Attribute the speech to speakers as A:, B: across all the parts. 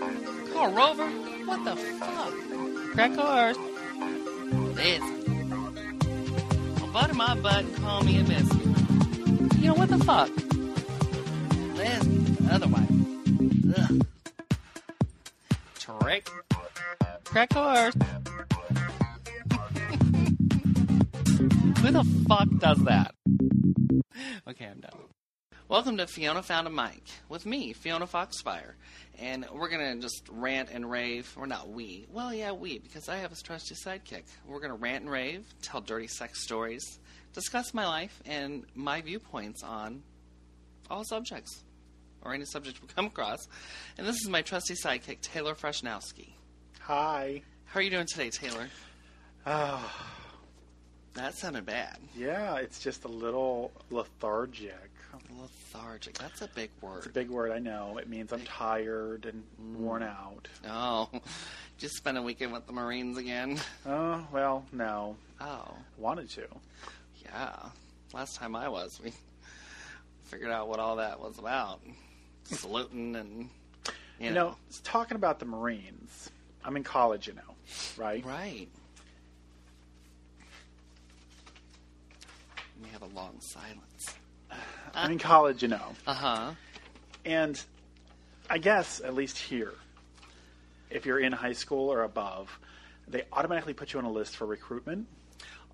A: a rover? What the fuck? Crack cars. This. Well, butter my butt. Call me a miss. You know what the fuck? This other one. Ugh. Trick. Crack cars. Who the fuck does that? Okay, I'm done. Welcome to Fiona Found a Mic with me, Fiona Foxfire. And we're going to just rant and rave. Or not we. Well, yeah, we, because I have a trusty sidekick. We're going to rant and rave, tell dirty sex stories, discuss my life and my viewpoints on all subjects or any subject we come across. And this is my trusty sidekick, Taylor Freshnowski.
B: Hi.
A: How are you doing today, Taylor?
B: Ah,
A: That sounded bad.
B: yeah, it's just a little lethargic.
A: Lethargic. That's a big
B: It's a
A: word.
B: big word, I know. It means I'm tired and worn out.
A: Oh, just spent a weekend with the Marines again.
B: Oh, well, no.
A: Oh,
B: Wanted to.
A: yeah. Last time I was, we figured out what all that was about. Saluting and, you
B: You
A: know.
B: know, it's talking about the Marines. I'm in college, you know, right?
A: Right. We have a long silence.
B: I'm in college, you know.
A: Uh
B: Uh-huh.
A: huh.
B: And I guess, at least here, if you're in high school or above, they automatically put you on a list for recruitment.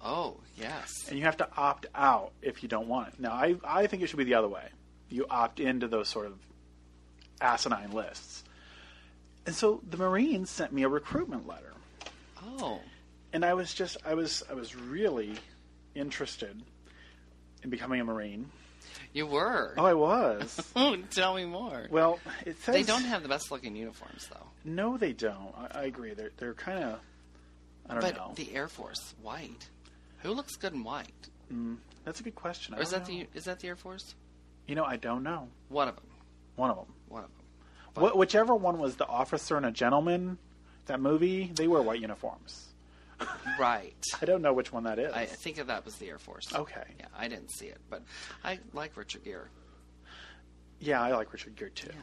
A: Oh, yes.
B: and you have to opt out if you don't want it. Now, I, I think it should be the other way. You opt into those sort of asinine lists. And so the Marines sent me a recruitment letter,
A: Oh,
B: and I was just I was I was really interested in becoming a Marine.
A: you were.
B: Oh, I was.
A: Oh, tell me more.
B: well, it says
A: they don't have the best looking uniforms, though.
B: No, they don't. I, I agree. They're they're kind of I don't
A: But
B: know.
A: the Air Force, white. Who looks good in white?
B: That's a good question. I
A: Or is
B: don't
A: that
B: know.
A: the is that the Air Force?
B: You know, I don't know.
A: One of them.
B: One of them.
A: One of them.
B: Wh- whichever one was the officer and a gentleman, that movie, they wear white uniforms.
A: Right.
B: I don't know which one that is.
A: I think that that was the Air Force.
B: Okay.
A: Yeah, I didn't see it, but I like Richard Gere.
B: yeah, I like Richard Gere too.
A: Yeah.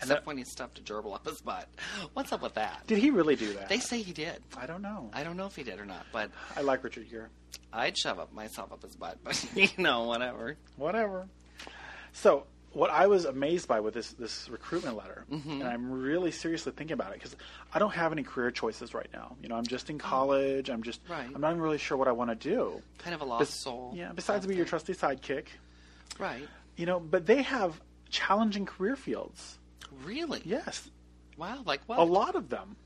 B: And
A: Except
B: that-
A: when he stuffed a gerbil up his butt. What's up with that?
B: Did he really do that?
A: They say he did.
B: I don't know. I,
A: I don't know if he did or not, but
B: like Richard Gere.
A: I'd shove up myself up his butt. But you know, whatever.
B: Whatever. So what I was amazed by with this this recruitment letter,
A: Mm-hmm.
B: and I'm really seriously thinking about it because I don't have any career choices right now. You know, I'm just in college. I'm just.
A: Oh. Right.
B: I'm not even really sure what I want to do.
A: Kind of a lost
B: Bes-
A: soul.
B: Yeah. Besides, be your trusty sidekick.
A: Right.
B: You know, but they have challenging career fields.
A: Really?
B: Yes,
A: Wow. Like what?
B: a lot of them.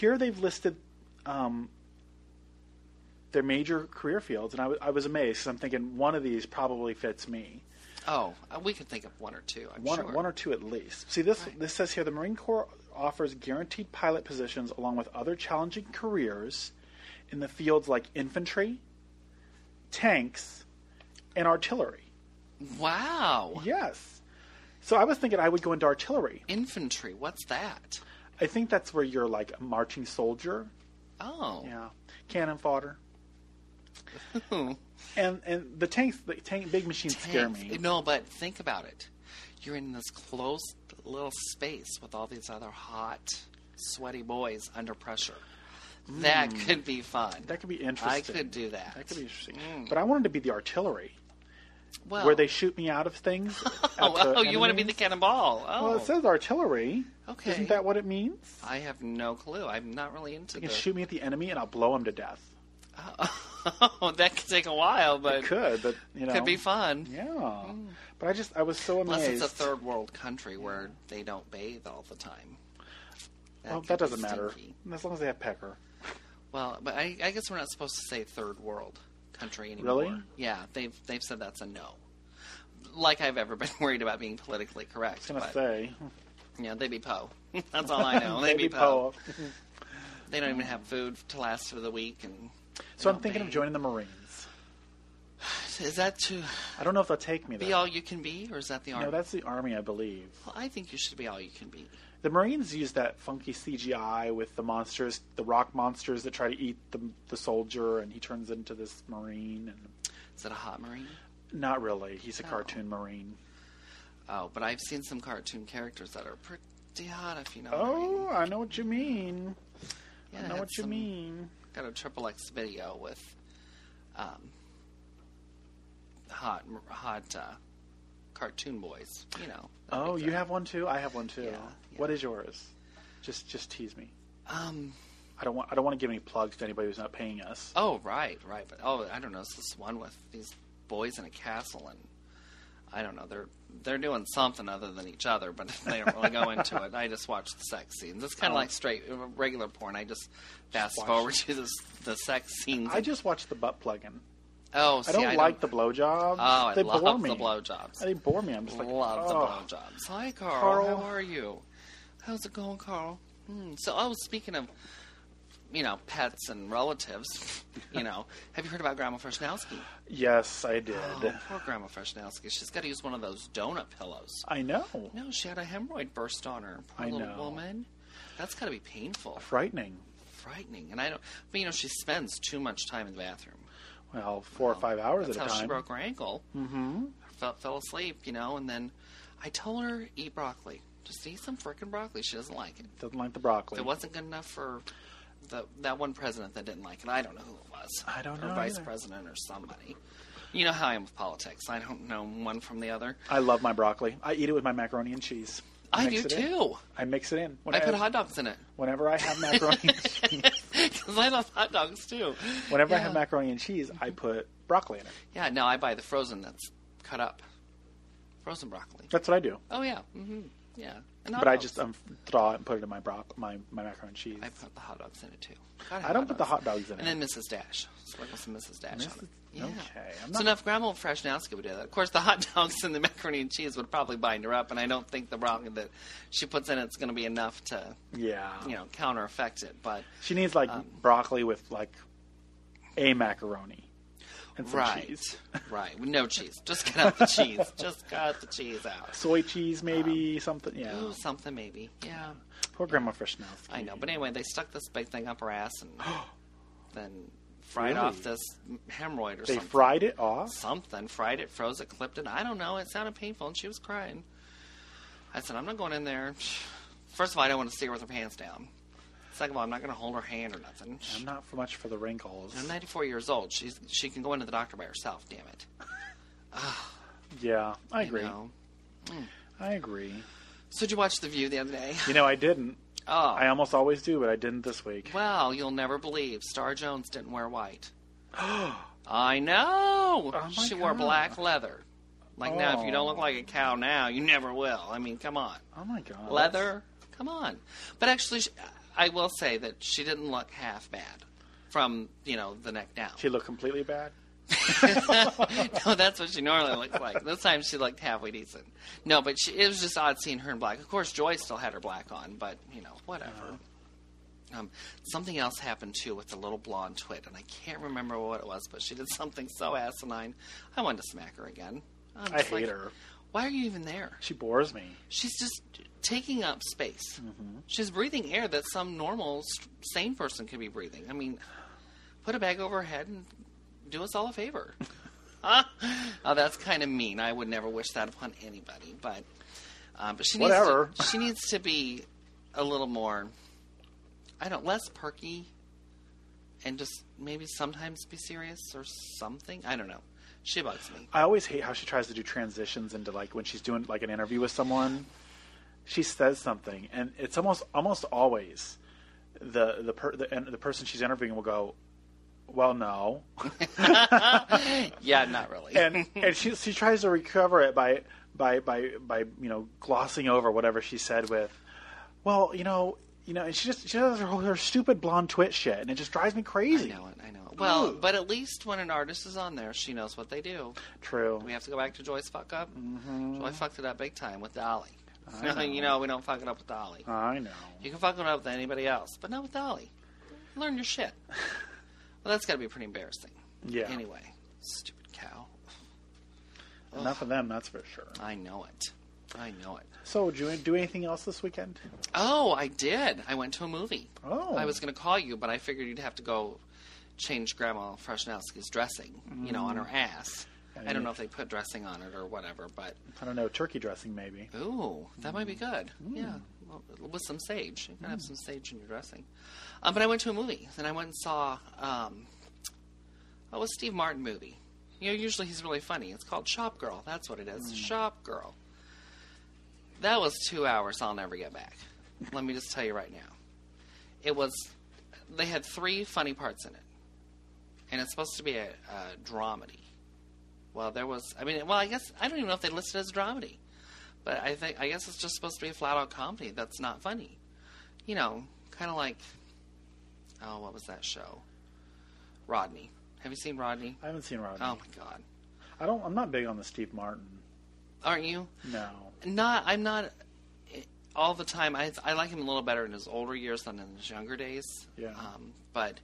B: Here they've listed um, their major career fields, and I wa- I was amazed. 'cause I'm thinking one of these probably fits me,
A: Oh, uh, we could think of one or two. I'm
B: one,
A: sure.
B: one or two at least. See, this
A: Right.
B: this says here the Marine Corps offers guaranteed pilot positions along with other challenging careers in the fields like infantry, tanks, and artillery.
A: Wow.
B: Yes. So I was thinking I would go into artillery.
A: Infantry. What's that?
B: I think that's where you're like a marching soldier.
A: Oh.
B: Yeah, cannon fodder. and and the tanks, the tank, big machines scare
A: Tanks.
B: me.
A: No, but think about it. You're in this closed little space with all these other hot, sweaty boys under pressure. That could be fun.
B: Hmm. That could be interesting.
A: I could do that.
B: That could be interesting. But I wanted to be the artillery,
A: well,
B: where they shoot me out of things. at
A: Oh,
B: the
A: oh, you want to be the
B: enemies.
A: cannonball? Oh,
B: Well, it says artillery.
A: Okay.
B: Isn't that what it means?
A: I have no clue. I'm not really into
B: You
A: this.
B: can shoot me at the enemy, and I'll blow him to death.
A: Oh, that could take a while, but
B: Could, but you know,
A: could be fun.
B: Yeah. But I just, I was so amazed.
A: Unless it's a third world country where they don't bathe all the time. That
B: Well,
A: could
B: that
A: be
B: doesn't matter.
A: stinky.
B: As long as they have pepper.
A: Well, but I, I guess we're not supposed to say third world country anymore.
B: Really?
A: Yeah, they've they've said that's a no. Like I've ever been worried about being politically correct.
B: I was gonna
A: but,
B: say.
A: Yeah, they be po. That's all I know. they be
B: Maybe
A: po.
B: Poe.
A: They don't even have food to last for the week, and
B: So I'm
A: don't
B: thinking of
A: bathe.
B: joining the Marines.
A: Is that to
B: I don't know if they'll take me
A: be
B: there.
A: all you can be, or is that the army?
B: No, that's the Army, I believe.
A: Well, I think you should be all you can be.
B: The Marines use that funky CGI with the monsters, the rock monsters that try to eat the, the soldier, and he turns into this Marine. And
A: Is that a hot marine?
B: not really, he's a cartoon Marine.
A: Oh, but I've seen some cartoon characters that are pretty stay hot if you know. what I mean.
B: Oh, I know what you mean.
A: Yeah,
B: I know
A: had
B: what you
A: some-
B: mean.
A: Got a triple X video with um, hot hot uh, cartoon boys. You know. that
B: Oh,
A: big
B: you
A: thing.
B: have one too. I have one too.
A: Yeah,
B: What
A: yeah.
B: is yours? Just just tease me.
A: Um.
B: I don't want I don't want to give any plugs to anybody who's not paying us.
A: Oh, right, right. But oh, I don't know. It's this one with these boys in a castle, and I don't know. They're they're doing something other than each other, but they don't really go into it. I just watch the sex scenes. It's kind of
B: Oh.
A: like straight uh, regular porn. I just fast
B: watch.
A: forward to the the sex scenes.
B: I just watched the butt plug-in.
A: oh, see,
B: I don't like the blowjobs.
A: Oh, I
B: they
A: love
B: bore me.
A: the blowjobs.
B: They bore me. I'm just like,
A: love
B: oh.
A: the blowjobs. Hi, Carl.
B: Carl.
A: How are you? How's it going, Carl? Hmm. So, oh, speaking of, you know, pets and relatives, you know, have you heard about Grandma Freshnowski?
B: Yes, I did.
A: Oh, poor Grandma Freshnowski. She's got to use one of those donut pillows.
B: I know.
A: No, she had a hemorrhoid burst on her. Poor
B: I
A: little
B: know.
A: woman. That's got to be painful,
B: Frightening.
A: frightening. And I don't, but you know, she spends too much time in the bathroom.
B: Well, four or five hours
A: That's
B: at a
A: how
B: time.
A: she broke her ankle. Mm-hmm. Fell, fell asleep, you know, and then I told her eat broccoli. Just eat some frickin' broccoli. She doesn't like it.
B: Doesn't like the broccoli.
A: It wasn't good enough for the that one president that didn't like it. I don't know who it was.
B: I don't
A: Or
B: know
A: vice
B: either.
A: president or somebody. You know how I am with politics. I don't know one from the other.
B: I love my broccoli. I eat it with my macaroni and cheese.
A: I
B: mix
A: do
B: it in.
A: too.
B: I mix it in. When
A: I put
B: have-
A: hot dogs in it
B: Whenever I have macaroni, and cheese,
A: because I love hot dogs too.
B: whenever I
A: Yeah.
B: have macaroni and cheese, I put broccoli in it.
A: Yeah, no, I buy the frozen that's cut up, frozen broccoli.
B: That's what I do.
A: Oh yeah, hmm yeah. And hot
B: But I
A: dogs.
B: just um, thaw it and put it in my bro- my my macaroni and cheese.
A: Oh. I put the hot dogs in it too. Gotta
B: I
A: have
B: don't put the hot dogs in
A: And
B: it.
A: then Mrs. Dash. Sprinkle some Mrs. Dash on
B: Mrs.
A: it. Yeah.
B: Okay, I'm
A: So
B: not-
A: enough Grandma Freshnowski would do that. Of course, the hot dogs and the macaroni and cheese would probably bind her up, and I don't think the broccoli that she puts in it's going to be enough to,
B: yeah,
A: you know, counter affect it. But
B: she needs like
A: Um,
B: broccoli with like a macaroni and some
A: right,
B: cheese,
A: right, no cheese. Just cut out the cheese. Just cut the cheese out.
B: soy cheese maybe something. Yeah,
A: um, Ooh, something maybe. Yeah,
B: poor Grandma Freshnowski.
A: I know. But anyway, they stuck this big thing up her ass and then fried
B: Really?
A: off this hemorrhoid or
B: They
A: something.
B: fried it off.
A: something, fried it, froze it, clipped it. I don't know. It sounded painful, and she was crying. I said, I'm not going in there. First of all, I don't want to see her with her pants down. Second of all, I'm not going to hold her hand or nothing.
B: I'm not for much for the wrinkles.
A: I'm 94 years old. She's she can go into the doctor by herself. Damn it.
B: Yeah, I
A: You
B: agree.
A: know?
B: I agree.
A: So did you watch The View the other day?
B: You know, I didn't.
A: Oh,
B: I almost always do, but I didn't this week.
A: well, you'll never believe Star Jones didn't wear white. I know.
B: Oh, my
A: she wore
B: God.
A: black leather. Like now, if you don't look
B: Oh.
A: like a cow now, you never will. I mean, come on.
B: Oh my god.
A: leather. Come on. But actually, sh I will say that she didn't look half bad from you know the neck down.
B: She looked completely bad.
A: no, that's what she normally looks like. This time she looked halfway decent. No, but she, it was just odd seeing her in black. Of course, Joy still had her black on, but you know whatever. Um, something else happened too with the little blonde twit, and I can't remember what it was, but she did something so asinine. I wanted to smack her again. I'm
B: I
A: just
B: hate
A: like,
B: her.
A: Why are you even there?
B: She bores me.
A: she's just taking up space. She's breathing air that some normal, s- sane person could be breathing. I mean, put a bag over her head and do us all a favor. Huh? oh, that's kind of mean. I would never wish that upon anybody. But, um, but she needs
B: Whatever.
A: To, she needs to be a little more. I don't less perky, and just maybe sometimes be serious or something. I don't know. She bugs me.
B: I always hate how she tries to do transitions into like when she's doing like an interview with someone. She says something, and it's almost almost always the the per, the, and the person she's interviewing will go, "Well, no,"
A: Yeah, not really.
B: and and she she tries to recover it by by by by you know glossing over whatever she said with, "Well, you know." You know, and she just she does her, whole- her stupid blonde twit shit, and it just drives
A: I
B: me crazy.
A: know it. I know it. Well,
B: Ooh.
A: but at least when an artist is on there, she knows what they do.
B: True.
A: We have to go back to Joy's fuck up. Mm-hmm. Joy fucked it up big time with Dolly. you know, Uh. we don't fuck it up with Dolly.
B: I know.
A: You can fuck it up with anybody else, but not with Dolly. Learn your shit. well, that's got to be pretty embarrassing.
B: Yeah.
A: Anyway, stupid cow.
B: Enough of them, that's for sure.
A: I know it. I know it.
B: So, do you do anything else this weekend?
A: Oh, I did. I went to a movie.
B: Oh.
A: I was going to call you, but I figured you'd have to go change Grandma Freshnowski's dressing, you know, on her ass. I don't know if they put dressing on it or whatever, but
B: I don't know, turkey dressing maybe.
A: ooh, that might be good. Yeah, well, with some sage. You can have some sage in your dressing. Um, but I went to a movie, and I went and saw um, oh, a Steve Martin movie. You know, usually he's really funny. It's called Shop Girl. That's what it is. Shop Girl. That was two hours I'll never get back. Let me just tell you right now. It was. They had three funny parts in it, and it's supposed to be a, a dramedy. Well, there was. I mean, well, I guess I don't even know if they listed it as a dramedy, but I think I guess it's just supposed to be a flat-out comedy that's not funny. You know, kind of like. Oh, what was that show? Rodney. Have you seen Rodney?
B: I haven't seen Rodney.
A: Oh my God,
B: I don't. I'm not big on the Steve Martin.
A: aren't you?
B: No.
A: not I'm not eh, all the time. I I like him a little better in his older years than in his younger days.
B: Yeah.
A: Um, but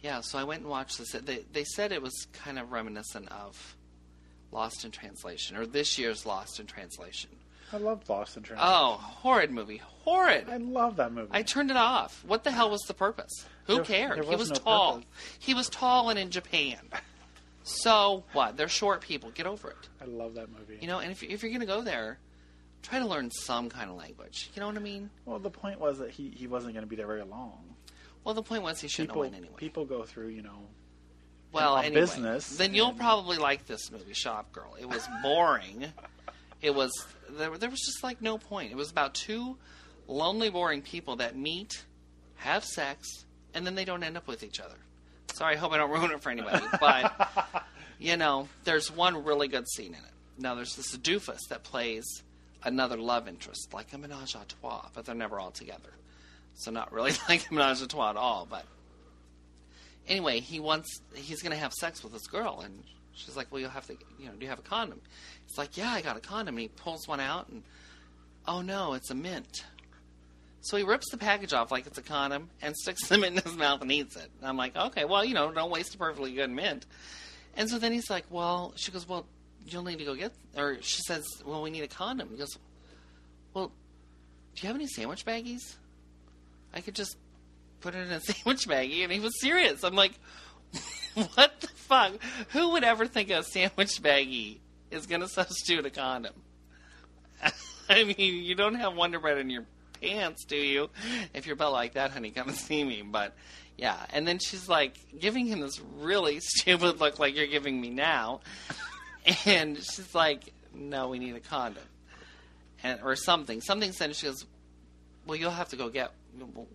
A: yeah, so I went and watched this. They they said it was kind of reminiscent of Lost in Translation or this year's Lost in Translation.
B: I love Lost in Translation.
A: Oh, horrid movie, horrid.
B: I love that movie.
A: I turned it off. What the hell was the purpose? Who
B: There-
A: cared?
B: there
A: he was
B: was no
A: tall.
B: purpose.
A: He was tall and in Japan. So what? They're short people. Get over it.
B: I love that movie.
A: You know, and if, if you're going to go there, try to learn some kind of language. You know what I mean?
B: well, the point was that he, he wasn't going to be there very long.
A: Well, the point was he shouldn't
B: People
A: have won anyway.
B: people go through, you know.
A: well,
B: on
A: anyway,
B: business,
A: Then you'll
B: and-
A: probably like this movie, Shop Girl. It was boring. it was there. There was just like no point. It was about two lonely, boring people that meet, have sex, and then they don't end up with each other. Sorry, I hope I don't ruin it for anybody, but you know, there's one really good scene in it. Now there's this doofus that plays another love interest, like a menage a trois, but they're never all together. So not really like a menage a trois at all, but anyway, he wants he's gonna have sex with this girl, and she's like, "Well, you'll have to, you know, do you have a condom?" He's like, "Yeah, I got a condom." And he pulls one out, and oh no, it's a mint. So he rips the package off like it's a condom and sticks the mint in his mouth and eats it. And I'm like, okay, well, you know, don't waste a perfectly good mint. And so then he's like, well, she goes, well, you'll need to go get, or she says, well, we need a condom. He goes, well, do you have any sandwich baggies? I could just put it in a sandwich baggie, and he was serious. I'm like, what the fuck? Who would ever think a sandwich baggie is going to substitute a condom? I mean, you don't have Wonder Bread in your pants, do you? If you're built like that, honey, come and see me. But yeah, and then she's like giving him this really stupid look, like you're giving me now, and she's like, "No, we need a condom," and or something. Something said she goes, "Well, you'll have to go get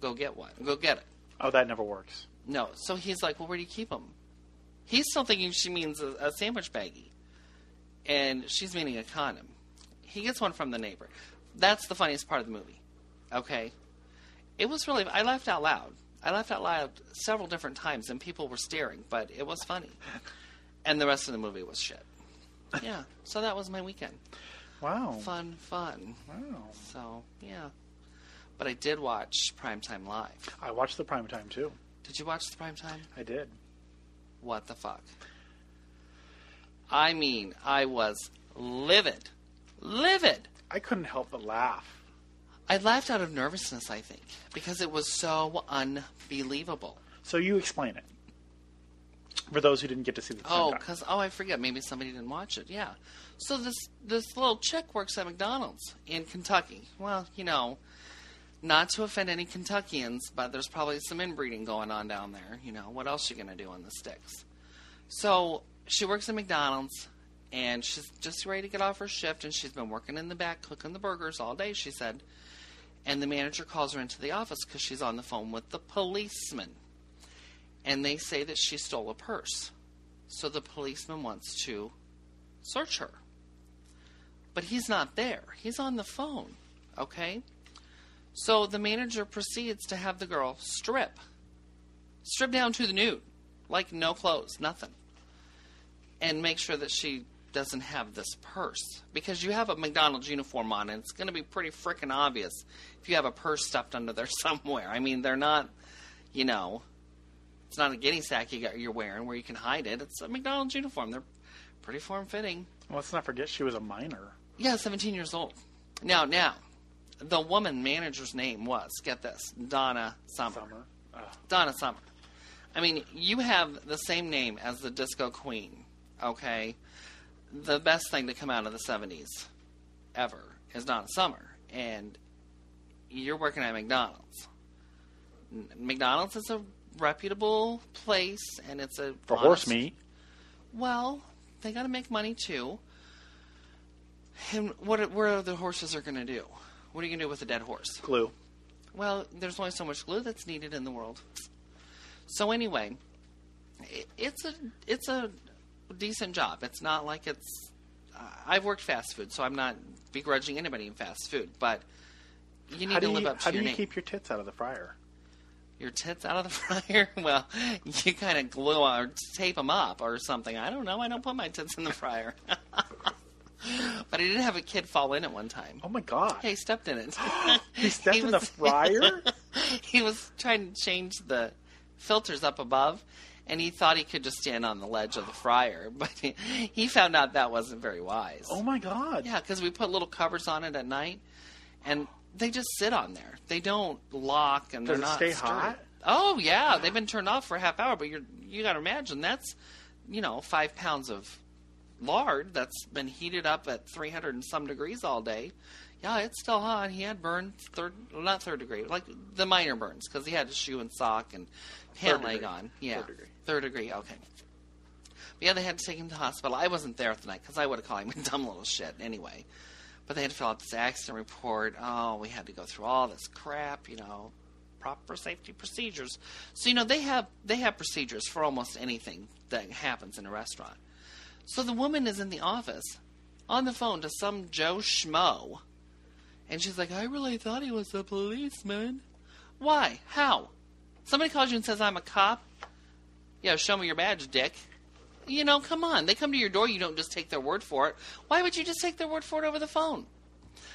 A: go get one, go get it."
B: Oh, that never works.
A: No. So he's like, well, where do you keep them? He's still thinking she means a, a sandwich baggie, and she's meaning a condom. He gets one from the neighbor. That's the funniest part of the movie. Okay, it was really. I laughed out loud. I laughed out loud several different times, and people were staring, but it was funny. And the rest of the movie was shit. Yeah. So that was my weekend.
B: Wow.
A: Fun, fun.
B: Wow.
A: So yeah. But I did watch Primetime Live.
B: I watched the prime time too.
A: Did you watch the Primetime?
B: I did.
A: What the fuck? I mean, I was livid. Livid.
B: I couldn't help but laugh.
A: I laughed out of nervousness, I think, because it was so unbelievable.
B: So you explain it for those who didn't get to see the.
A: Oh,
B: prime time.
A: because oh, I forget. Maybe somebody didn't watch it. Yeah. So this this little chick works at McDonald's in Kentucky. Well, you know, not to offend any Kentuckians, but there's probably some inbreeding going on down there. You know, what else you gonna do on the sticks? So she works at McDonald's, and she's just ready to get off her shift, and she's been working in the back cooking the burgers all day. She said, and the manager calls her into the office because she's on the phone with the policeman, and they say that she stole a purse. So the policeman wants to search her. But he's not there. He's on the phone. Okay? So the manager proceeds to have the girl strip. Strip down to the nude. Like no clothes, nothing. And make sure that she doesn't have this purse. Because you have a McDonald's uniform on, and it's going to be pretty freaking obvious if you have a purse stuffed under there somewhere. I mean, they're not, you know, it's not a guinea sack you got, you're wearing where you can hide it. It's a McDonald's uniform. They're pretty form fitting.
B: Let's not forget she was a minor.
A: Yeah, 17 years old. Now, now, the woman manager's name was, get this, Donna Summer.
B: Summer. Uh, Ugh.
A: Donna Summer. I mean, you have the same name as the disco queen, okay? The best thing to come out of the 70s ever is Donna Summer. And you're working at McDonald's. N- McDonald's is a reputable place, and it's a
B: for
A: honest-
B: horse meat.
A: Well, they got to make money too. And what are- what are the horses are going to do? What are you going to do with a dead horse?
B: Glue.
A: Well, there's only so much glue that's needed in the world. So anyway, i it's a it's a decent job. It's not like it's. Uh, I've worked fast food, so I'm not begrudging anybody in fast food, but you need
B: How
A: to
B: do
A: live
B: you,
A: up to
B: how
A: your
B: do you
A: name.
B: keep your tits out of the fryer?
A: Your tits out of the fryer? Well, you kind of glue or tape them up or something. I don't know. I don't put my tits in the fryer. but I did have a kid fall in at one time.
B: Oh my god!
A: He stepped in it.
B: he stepped in the
A: was-
B: fryer.
A: he was trying to change the filters up above and he thought he could just stand on the ledge of the fryer but he, he found out that wasn't very wise
B: oh my god!
A: yeah because we put little covers on it at night and they just sit on there they don't lock and
B: Does
A: they're
B: it
A: not
B: stay
A: stirred.
B: hot?
A: oh yeah they've been turned off for a half hour but you're you got to imagine that's you know five pounds of lard that's been heated up at 300 and some degrees all day. Yeah, it's still hot. He had burns, third, not third degree, like the minor burns, because he had a shoe and sock and pant
B: Third
A: leg
B: degree.
A: on. Yeah,
B: Third degree.
A: Third degree, okay. But yeah, they had to take him to the hospital. I wasn't there at the night, because I would have called him a dumb little shit anyway. But they had to fill out this accident report. Oh, we had to go through all this crap, you know. Proper safety procedures. So you know they have they have procedures for almost anything that happens in a restaurant. So the woman is in the office on the phone to some Joe Schmo. And she's like, I really thought he was a policeman. Why? How? Somebody calls you and says, I'm a cop? Yeah, show me your badge, dick. You know, come on. They come to your door, you don't just take their word for it. Why would you just take their word for it over the phone?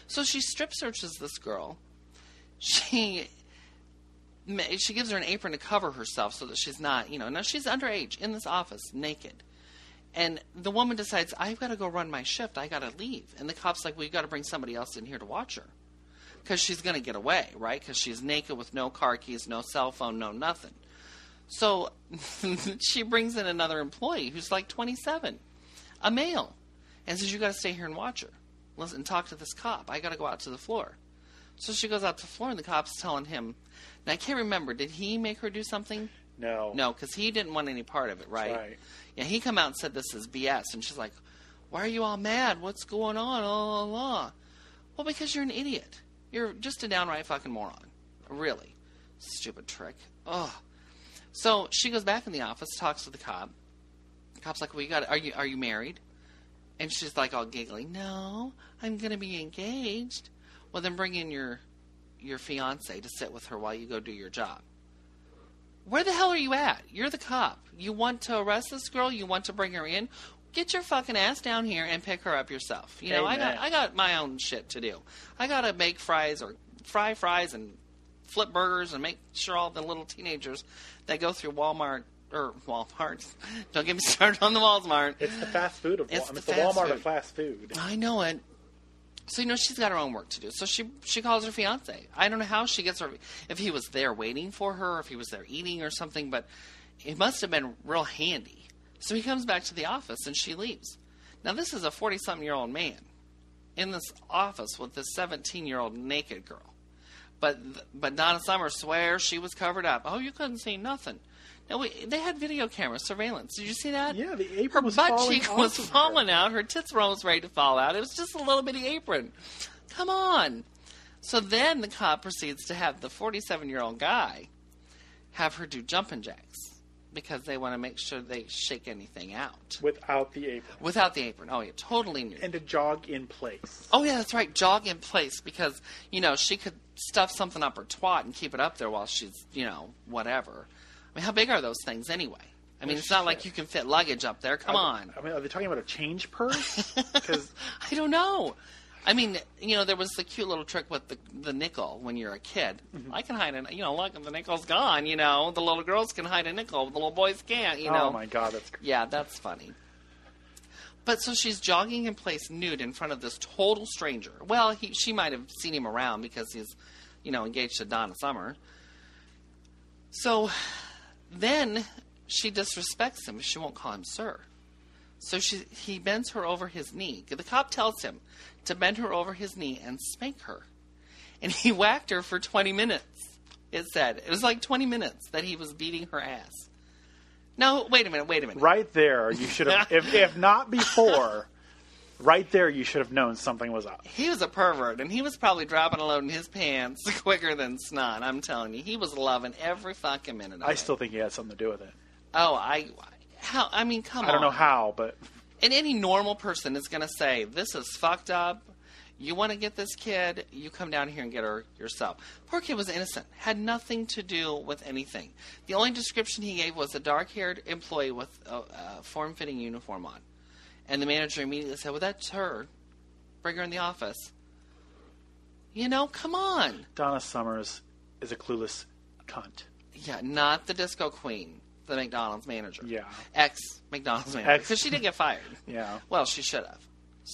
A: So she strip searches this girl. She ma- she gives her an apron to cover herself so that she's not, you know, now she's underage in this office, naked. And the woman decides, I've got to go run my shift. I got to leave. And the cop's like, Well, you got to bring somebody else in here to watch her. Because she's going to get away, right? Because she's naked with no car keys, no cell phone, no nothing. So she brings in another employee who's like 27, a male, and says, You got to stay here and watch her. Listen, talk to this cop. I got to go out to the floor. So she goes out to the floor, and the cop's telling him, and I can't remember, did he make her do something?
B: No.
A: No, because he didn't want any part of it, right?
B: Oh. right.
A: Yeah, he come out and said this is BS, and she's like, "Why are you all mad? What's going on?" La la la. Well, because you're an idiot. You're just a downright fucking moron. Really, stupid trick. Ugh. So she goes back in the office, talks to the cop. The cop's like, "Well, you got are you are you married?" And she's like, all giggling, "No, I'm gonna be engaged." Well, then bring in your your fiance to sit with her while you go do your job where the hell are you at? You're the cop. You want to arrest this girl? You want to bring her in? Get your fucking ass down here and pick her up yourself. You know, I got
B: Amen.
A: I got my own shit to do. I gotta make fries or fry fries and flip burgers and make sure all the little teenagers that go through Walmart or Walmart. Don't get me started on the Walmart.
B: It's the fast food of. Wal-
A: It's
B: I mean,
A: the
B: It's the,
A: fast
B: Walmart
A: food.
B: of fast food.
A: I know it. So you know she's got her own work to do. So she she calls her fiance. I don't know how she gets her if he was there waiting for her, or if he was there eating or something, but it must have been real handy. So he comes back to the office and she leaves. Now this is a forty something year old man in this office with this seventeen year old naked girl. But but Donna Summer swears she was covered up. Oh, you couldn't see nothing. Now we, they had video camera surveillance. Did you see that?
B: Yeah, the
A: her
B: apron was
A: butt
B: falling
A: cheek
B: off
A: was
B: of her.
A: falling out. Her tits were almost ready to fall out. It was just a little bitty apron. Come on. So then the cop proceeds to have the 47 year old guy have her do jumping jacks because they want to make sure they shake anything out
B: Without the apron.
A: without the apron. Oh, yeah, totally new.
B: And to jog in place.
A: Oh yeah, that's right. Jog in place because you know she could stuff something up her twat and keep it up there while she's you know whatever. I mean, how big are those things anyway? I mean,
B: Oh,
A: it's not
B: shit.
A: like you can fit luggage up there. Come on.
B: I mean, are they talking about a change purse? Because
A: I don't know. I mean, you know, there was the cute little trick with the the nickel when you're a kid.
B: Mm-hmm.
A: I can hide a, you know, look, the nickel's gone. You know, the little girls can hide a nickel, the little boys can't. You know,
B: oh my god, that's
A: yeah, that's funny. But so she's jogging in place nude in front of this total stranger. Well, he, she might have seen him around because he's, you know, engaged to Donna Summer. So then she disrespects him. She won't call him sir. So she, he bends her over his knee. The cop tells him to bend her over his knee and spank her. and he whacked her for 20 minutes. It said it was like 20 minutes that he was beating her ass. No, wait a minute, wait a minute.
B: Right there, you should have. if, if not before, right there, you should have known something was up.
A: He was a pervert, and he was probably dropping a load in his pants quicker than snot. I'm telling you, he was loving every fucking minute. Of
B: I
A: it.
B: still think he had something to do with it.
A: Oh, I. How? I mean, come on.
B: I don't know how, but
A: And any normal person is going to say, "This is fucked up. You want to get this kid? You come down here and get her yourself." Poor kid was innocent. Had nothing to do with anything. The only description he gave was a dark-haired employee with a, a form-fitting uniform on. And the manager immediately said, "Well, that's her. Bring her in the office." You know, come on.
B: Donna Summers is a clueless cunt.
A: Yeah, not the disco queen, the McDonald's manager.
B: Yeah.
A: Ex McDonald's manager.
B: Ex-
A: Because she did get fired.
B: Yeah.
A: Well, she should have.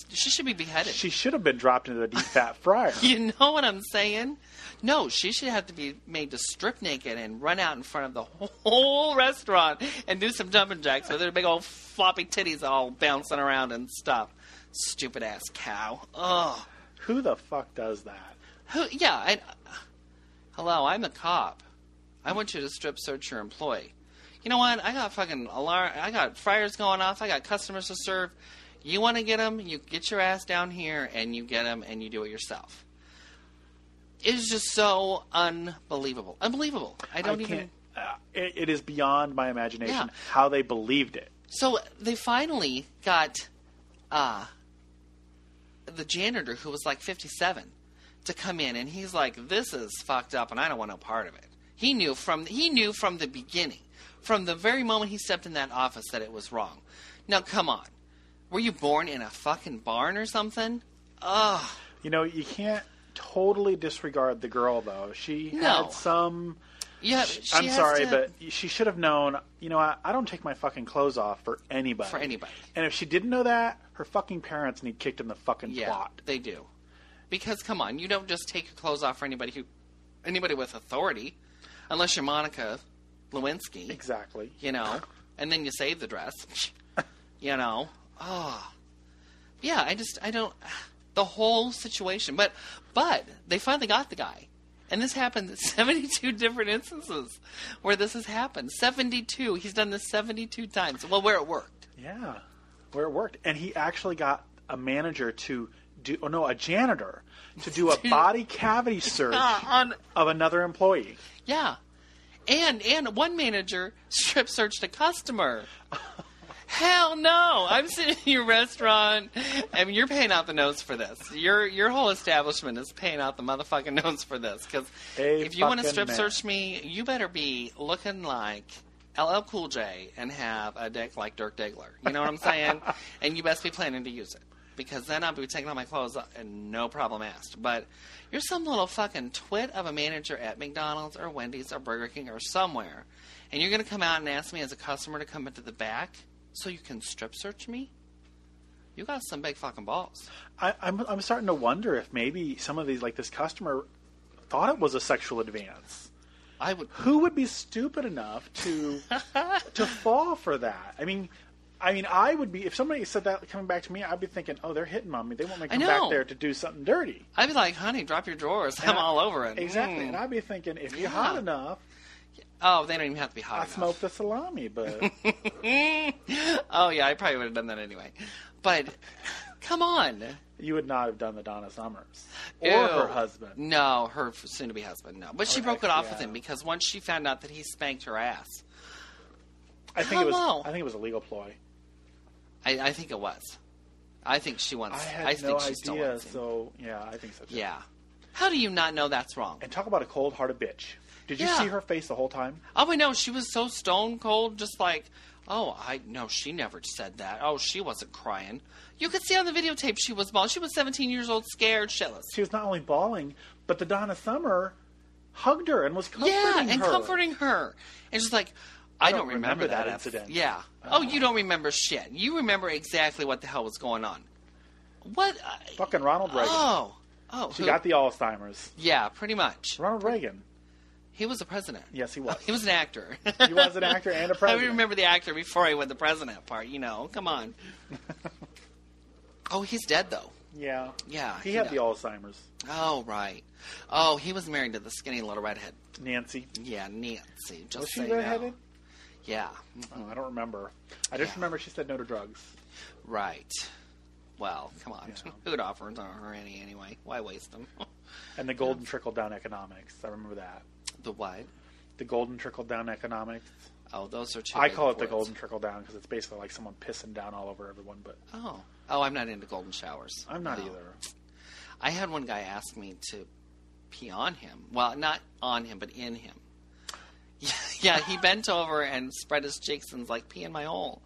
A: She should be beheaded.
B: She should have been dropped into the deep fat fryer.
A: you know what I'm saying? No, she should have to be made to strip naked and run out in front of the whole restaurant and do some jumping jacks with her big old floppy titties all bouncing around and stuff. Stupid ass cow. Ugh.
B: Who the fuck does that?
A: Who? Yeah. I, hello, I'm the cop. I want you to strip search your employee. You know what? I got fucking alarm. I got fryers going off. I got customers to serve. You want to get them? You get your ass down here and you get them and you do it yourself. It is just so unbelievable. Unbelievable. I
B: I
A: don't
B: can't.
A: even.
B: Uh, it, it is beyond my imagination
A: Yeah.
B: how they believed it.
A: So they finally got uh, the janitor, who was like 57, to come in, and he's like, "This is fucked up, and I don't want no part of it." He knew from he knew from the beginning, from the very moment he stepped in that office, that it was wrong. Now, come on, were you born in a fucking barn or something? Ugh.
B: You know, you can't totally disregard the girl though. She
A: No.
B: had some.
A: Yeah,
B: sh-
A: she
B: I'm
A: has
B: sorry,
A: to-
B: but she should have known. You know, I, I don't take my fucking clothes off for anybody.
A: For anybody.
B: And if she didn't know that, her fucking parents need kicked in the fucking
A: yeah,
B: plot.
A: they do. Because come on, you don't just take your clothes off for anybody who anybody with authority, unless you're Monica Lewinsky.
B: Exactly.
A: you know, and then you save the dress, you know. Oh, yeah. I just I don't the whole situation, but but they finally got the guy, and this happened in seventy-two different instances where this has happened. Seventy-two. He's done this seventy-two times. Well, where it worked.
B: Yeah, where it worked, and he actually got a manager to do, oh no, a janitor to do a body cavity search
A: Ah, on
B: of another employee.
A: yeah, and and one manager strip searched a customer. Hell no! I'm sitting in your restaurant. I mean, you're paying out the nose for this. Your your whole establishment is paying out the motherfucking nose for this. Because
B: A
A: if you want to
B: fucking
A: strip
B: man.
A: search me, you better be looking like LL Cool J and have a dick like Dirk Diggler. You know what I'm saying? and you best be planning to use it. Because then I'll be taking all my clothes off and no problem asked. But you're some little fucking twit of a manager at McDonald's or Wendy's or Burger King or somewhere. And you're going to come out and ask me as a customer to come into the back so you can strip search me? You got some big fucking balls.
B: I, I'm I'm starting to wonder if maybe some of these, like this customer, thought it was a sexual advance.
A: I would.
B: Who would be stupid enough to to fall for that? I mean. I mean, I would be if somebody said that coming back to me, I'd be thinking, "Oh, they're hitting on me. They want me to
A: I
B: come back
A: know.
B: there to do something dirty."
A: I'd be like, honey, drop your drawers. I'm
B: And I-
A: all over it.
B: Exactly,
A: Mm.
B: and I'd be thinking, "If you're
A: Yeah.
B: hot enough,
A: Oh, they don't even have to be hot.
B: I
A: enough.
B: smoke the salami." But
A: Oh yeah, I probably would have done that anyway. But come on,
B: You would not have done the Donna Summers or
A: Ew.
B: her husband.
A: No, her f- soon-to-be husband. No, but she broke it off with
B: yeah.
A: him because once she found out that he spanked her ass,
B: I think it was.
A: Hello.
B: I think it was a legal ploy.
A: I, I think it was. I think she wants.
B: I had
A: think
B: no
A: she still
B: idea.
A: wants him.
B: So yeah, I think so too.
A: Yeah. How do you not know that's wrong?
B: And talk about a cold-hearted bitch. Did you
A: Yeah.
B: see her face the whole time?
A: Oh, I know. She was so stone cold, just like, oh, I no, she never said that. Oh, she wasn't crying. You could see on the videotape she was bald. She was 17 years old, scared, shitless.
B: She was not only bawling, but the Donna Summer hugged her and was comforting
A: yeah, and
B: her.
A: comforting her. And she's like, I, don't, remember, that,
B: incident.
A: Yeah. Oh, you don't remember shit. You remember exactly what the hell was going on. What? uh,
B: Fucking Ronald Reagan.
A: Oh. Oh.
B: she
A: who-
B: got the Alzheimer's.
A: Yeah, pretty much.
B: Ronald Reagan.
A: He was a president.
B: Yes, he was.
A: He was an actor.
B: he was an actor and a
A: I
B: president.
A: remember the actor before he went the president part, you know. Come on. oh, he's dead, though.
B: Yeah.
A: Yeah,
B: He had
A: no.
B: the Alzheimer's.
A: Oh right. Oh, he was married to the skinny little redhead.
B: Nancy.
A: Yeah, Nancy. Just
B: Was she
A: so you know.
B: redheaded?
A: Yeah. Mm,
B: Oh, I don't remember. I just
A: Yeah.
B: remember she said no to drugs.
A: Right. Well, come on.
B: Yeah.
A: Who'd offer them her any anyway? Why waste them?
B: And the golden trickle down economics. I remember that.
A: the what?
B: The golden trickle down economics.
A: Oh, those are two.
B: I call it
A: big
B: the
A: words.
B: golden trickle down because it's basically like someone pissing down all over everyone, but
A: Oh. Oh, I'm not into golden showers.
B: I'm not
A: No.
B: either.
A: I had one guy ask me to pee on him. Well, not on him, but in him. Yeah, yeah he bent over and spread his cheeks and was like, pee in my hole.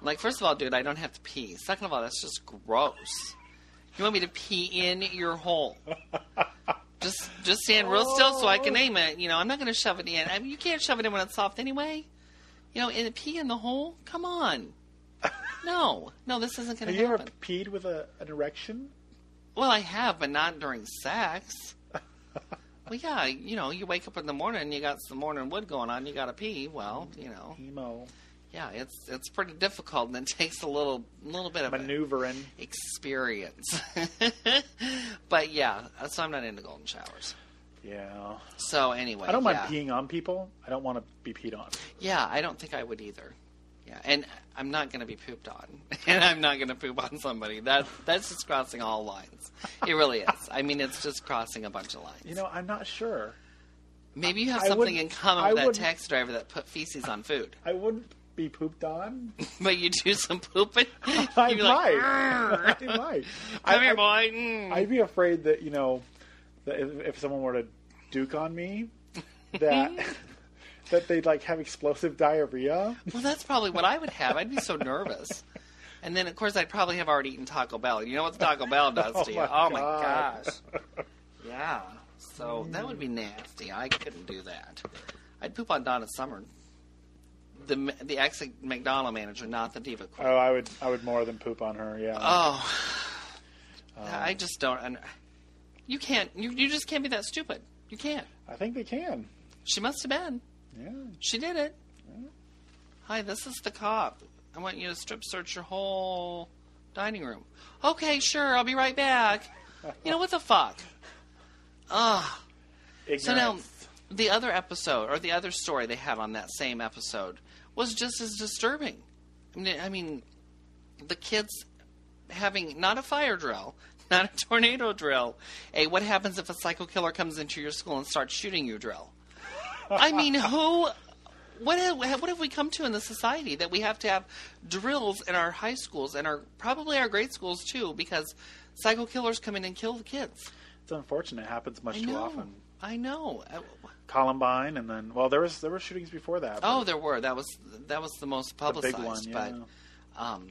A: I'm like, first of all, dude, I don't have to pee. Second of all, that's just gross. You want me to pee in your hole? Just, just stand real still so I
B: Oh.
A: can aim it. You know, I'm not going to shove it in. I mean, you can't shove it in when it's soft anyway. You know, and pee in the hole? Come on. No, no, this isn't going
B: Have
A: to
B: you
A: happen.
B: ever peed with a, an erection?
A: Well, I have, but not during sex. well, yeah, you know, you wake up in the morning and you got some morning wood going on. You got to pee. Well, you know,
B: Emo.
A: yeah, it's it's pretty difficult and it takes a little little bit of a
B: Maneuvering.
A: experience. but yeah, so I'm not into golden showers.
B: Yeah.
A: So anyway,
B: I don't mind
A: yeah.
B: peeing on people. I don't want to be peed on.
A: Yeah, I don't think I would either. Yeah, and I'm not going to be pooped on, and I'm not going to poop on somebody. That that's just crossing all lines. It really is. I mean, it's just crossing a bunch of lines.
B: You know, I'm not sure.
A: Maybe you have
B: I
A: something
B: wouldn't-
A: in common
B: I
A: with that
B: wouldn't-
A: taxi driver that put feces on food,
B: I wouldn't be pooped on.
A: but you do some pooping. You'd
B: I
A: be
B: might.
A: like,
B: I
A: "Arr,
B: might. Come
A: "Come here, boy." Mm.
B: I'd be afraid that you know, that if, if someone were to duke on me, that that they'd like have explosive diarrhea.
A: Well, that's probably what I would have. I'd be so nervous. And then, of course, I'd probably have already eaten Taco Bell. You know what Taco Bell does
B: Oh
A: to you?
B: my
A: oh my
B: God.
A: gosh! Yeah. So that would be nasty. I couldn't do that. I'd poop on Donna Summer, the ma- the ex McDonald manager, not the diva queen.
B: Oh, I would. I would more than poop on her. Yeah.
A: Oh, I just don't. un- You can't. You, you just can't be that stupid. You can't.
B: I think they can.
A: She must have been.
B: Yeah.
A: She did it. Hi, this is the cop. I want you to strip search your whole dining room. Okay, sure. I'll be right back. You know what the fuck? So now,
B: Ignorance.
A: the other episode or the other story they had on that same episode was just as disturbing. I mean, I mean, the kids having not a fire drill, not a tornado drill, a what happens if a psycho killer comes into your school and starts shooting you drill. I mean, who? What have, what have we come to in the society that we have to have drills in our high schools and our probably our grade schools too because psycho killers come in and kill the kids.
B: it's unfortunate. It happens much
A: I
B: too
A: know.
B: often.
A: I know. Uh, I-
B: Columbine, and then well, there was there were shootings before that. but
A: Oh, there were. That was that was the most
B: the big
A: publicized.
B: one. Yeah.
A: But um,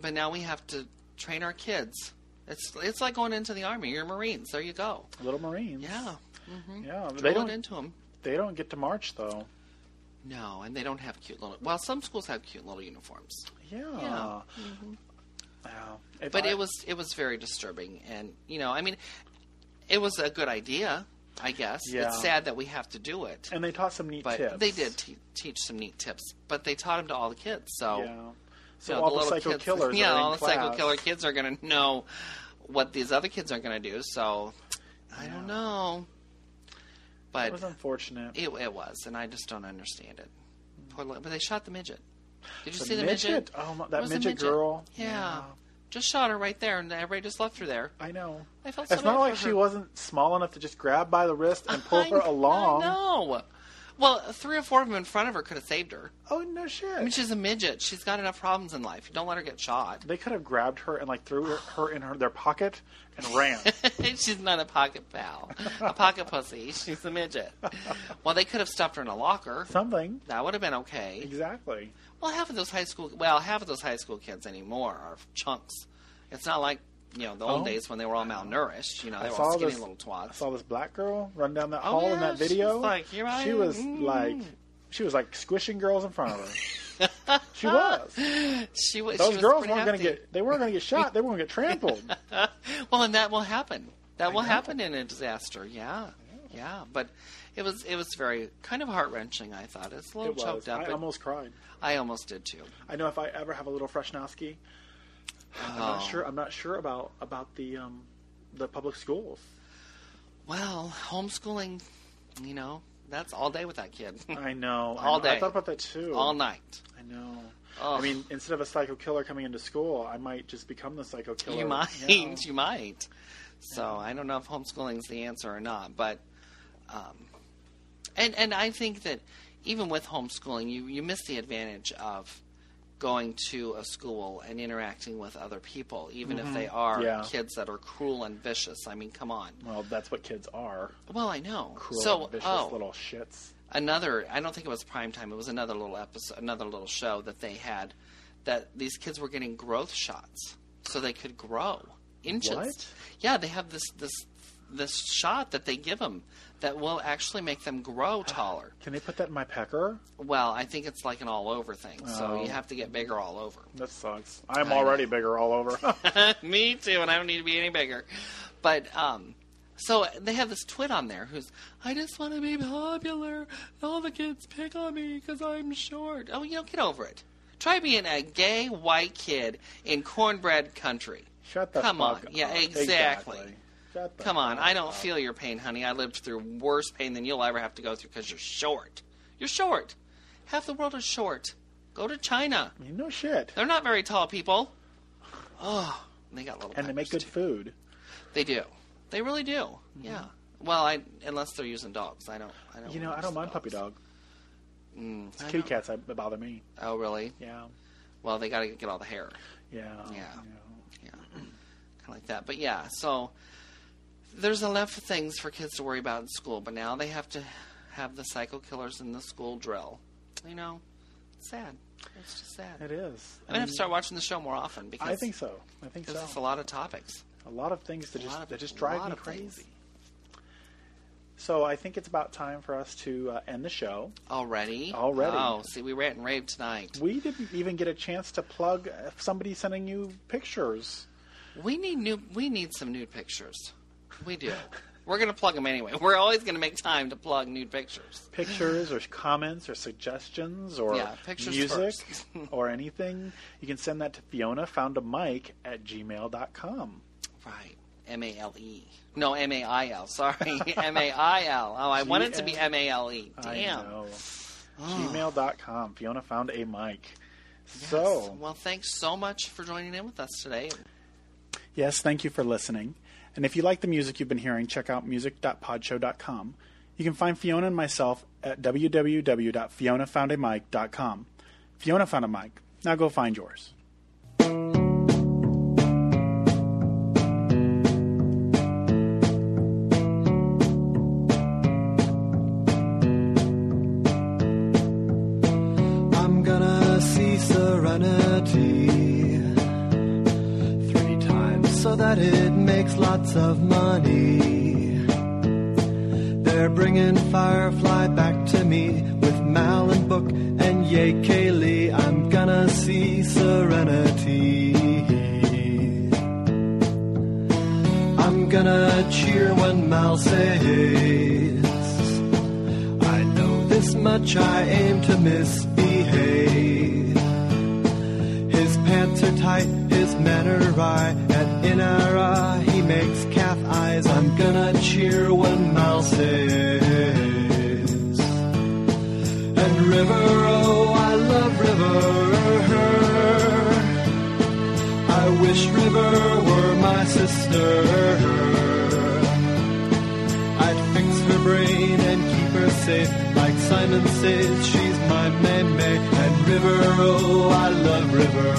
A: but now we have to train our kids. It's it's like going into the army. You're Marines. There you go.
B: Little Marines.
A: Yeah, hmm.
B: Yeah. They
A: drill it
B: don't.
A: into them.
B: They don't get to march though.
A: No, and they don't have cute little. Well, some schools have cute little uniforms,
B: Yeah.
A: Yeah. mm-hmm.
B: Wow. If
A: but
B: I-
A: it was it was very disturbing. And you know, I mean, it was a good idea, I guess.
B: Yeah.
A: It's sad that we have to do it,
B: And they taught some neat
A: but
B: tips.
A: they did te- teach some neat tips. But they taught them to all the kids. So.
B: Yeah. So
A: know,
B: all the,
A: little
B: psycho
A: kids-
B: killers.
A: Yeah,
B: are in
A: all the psycho
B: class.
A: killer kids are going to know what these other kids are going to do. So I don't
B: Yeah.
A: know,
B: It
A: but
B: was unfortunate.
A: it, it was, and I just don't understand it. Poor li- but they shot the midget. Did you
B: The
A: see the midget?
B: midget? Oh, my- that
A: It was a
B: midget girl.
A: Yeah.
B: Yeah.
A: just shot her right there, and everybody just left her there.
B: I know.
A: I felt so
B: It's
A: bad
B: not
A: for
B: like she
A: her.
B: wasn't small enough to just grab by the wrist and pull her along.
A: No, well, three or four of them in front of her could have saved her.
B: Oh no shit!
A: I mean, she's a midget. She's got enough problems in life. Don't let her get shot.
B: they could have grabbed her and like threw her, her in her their pocket and ran.
A: She's not a pocket pal, a pocket pussy. She's a midget. Well, they could have stuffed her in a locker.
B: Something
A: That would have been okay.
B: exactly.
A: Well, half of those high school, well, half of those high school kids anymore are chunks. It's not like you know the old
B: Oh.
A: days when they were all malnourished. You know, they
B: I
A: were
B: saw
A: all skinny
B: this-
A: little
B: I
A: twats.
B: saw this black girl run down that hall in
A: Oh, yeah,
B: that
A: she
B: video.
A: was like, "Here I
B: She
A: am."
B: was
A: Mm.
B: like, she was like squishing girls in front of her. she was.
A: She was.
B: Those
A: she was
B: girls
A: pretty
B: weren't going to
A: hefty.
B: get. They weren't going to get shot. They weren't going to get trampled.
A: Well, and that will happen. That will
B: know.
A: happen in a disaster. Yeah. Yeah, but it was it was very kind of heart wrenching. I thought it's a little
B: It was.
A: choked up.
B: I
A: but
B: almost cried.
A: I almost did too.
B: I know if I ever have a little Freshnowski, I'm not
A: Oh.
B: sure. I'm not sure about about the um, the public schools.
A: Well, homeschooling, you know, that's all day with that kid.
B: I know.
A: All
B: I know. I
A: day.
B: thought about that too.
A: all night.
B: I know.
A: Ugh.
B: I mean, instead of a psycho killer coming into school, I might just become the psycho killer.
A: You might.
B: Yeah.
A: You might. So I don't know if homeschooling's the answer or not, but um, and and I think that even with homeschooling, you you miss the advantage of going to a school and interacting with other people, even if they are
B: Mm-hmm. Yeah.
A: kids that are cruel and vicious. I mean, come on.
B: Well, that's what kids are.
A: Well, I know.
B: Cruel,
A: so
B: and vicious
A: oh,
B: little shits.
A: another I don't think it was prime time. it was another little episode another little show that they had that these kids were getting growth shots so they could grow inches.
B: What?
A: Yeah, they have this this this shot that they give them that will actually make them grow taller.
B: Can they put that in my pecker?
A: Well, I think it's like an all over thing. So
B: Oh.
A: you have to get bigger all over.
B: That sucks. I'm
A: I
B: already
A: know.
B: bigger all over.
A: Me too, and I don't need to be any bigger. But um, so they have this twit on there who's, I just want to be popular. All the kids pick on me because I'm short. Oh, you know, get over it. Try being a gay white kid in cornbread country.
B: Shut the
A: Come
B: fuck
A: on.
B: up.
A: Yeah, exactly.
B: Shut the
A: Come on,
B: fuck
A: I don't
B: up.
A: feel your pain, honey. I lived through worse pain than you'll ever have to go through because you're short. You're short. Half the world is short. Go to China.
B: You know shit.
A: They're not very tall people. Oh, they got little.
B: And they make
A: peppers,
B: good
A: too.
B: food.
A: They do. They really do. Yeah. Well, I unless they're using dogs, I don't. I don't.
B: You know, I don't mind puppy dog.
A: It's
B: Kitty cats that bother me.
A: Oh, really?
B: Yeah.
A: Well, they got to get all the hair.
B: Yeah.
A: Yeah.
B: yeah.
A: Yeah. kind of like that. But yeah, so there's enough things for kids to worry about in school, but now they have to have the psycho killers in the school drill. You know, it's sad. It's just sad.
B: It is.
A: I'm gonna have to start watching the show more often because
B: um, I think so. I think
A: Because it's
B: so.
A: a lot of topics.
B: A lot of things that
A: A lot
B: just
A: of-
B: that just
A: a
B: drive
A: lot
B: me
A: of things.
B: crazy. So I think it's about time for us to uh, end the show.
A: Already?
B: Already.
A: Oh, see, we rant and rave tonight.
B: We didn't even get a chance to plug uh, somebody sending you pictures.
A: We need new. We need some nude pictures. We do. We're gonna plug them anyway. We're always gonna make time to plug nude pictures.
B: Pictures or comments or suggestions or
A: Yeah, pictures
B: music
A: first.
B: or anything, you can send that to Fiona found a mic at gmail.com.
A: Right. M A L E. No, M A I L. Sorry, M A I L. Oh, I want it to be
B: G M-
A: M A L E.
B: I
A: Damn. Ah.
B: know. Gmail.com. Fiona found a mic. So,
A: Well, thanks so much for joining in with us today.
B: Yes, thank you for listening. And if you like the music you've been hearing, check out music.podshow.com. You can find Fiona and myself at www.fionafoundamic.com. Fiona found a mic. Now go find yours.
C: I'm gonna see Serenity three times so that it makes lots of money. They're bringing Firefly back to me with Mal and Book and Yay Kaylee. I'm gonna see Serenity. I'm gonna cheer when Mal says. I know this much I aim to misbehave. His pants are tight, his manner wry, and in our eye he makes calf eyes. I'm gonna cheer when Mal says. And River, oh, I love River. I wish River were my sister. I'd fix her brain and keep her safe. Like Simon says, she's my May-May. And River, oh, I love River.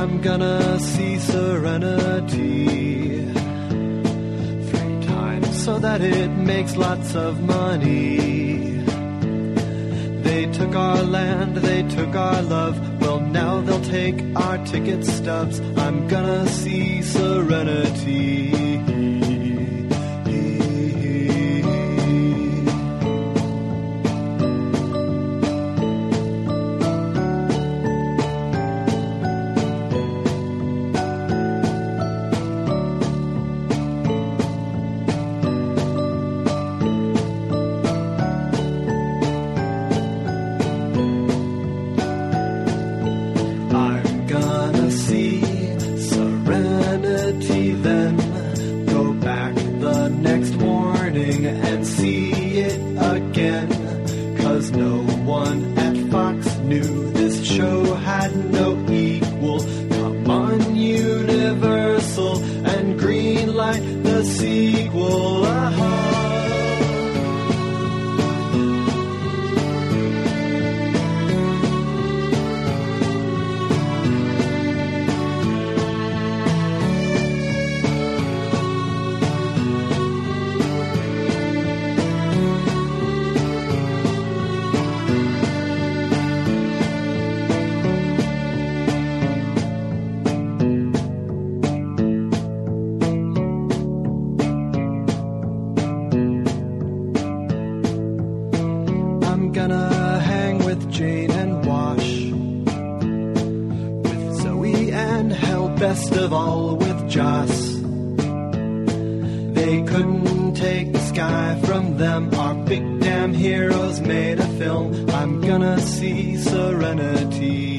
C: I'm gonna see Serenity three times so that it makes lots of money. They took our land, they took our love. Well, now they'll take our ticket stubs. I'm gonna see Serenity. like the sequel. uh-huh. I'm gonna hang with Jane and Wash. With Zoe and hell, best of all with Joss. They couldn't take the sky from them. Our big damn heroes made a film. I'm gonna see Serenity.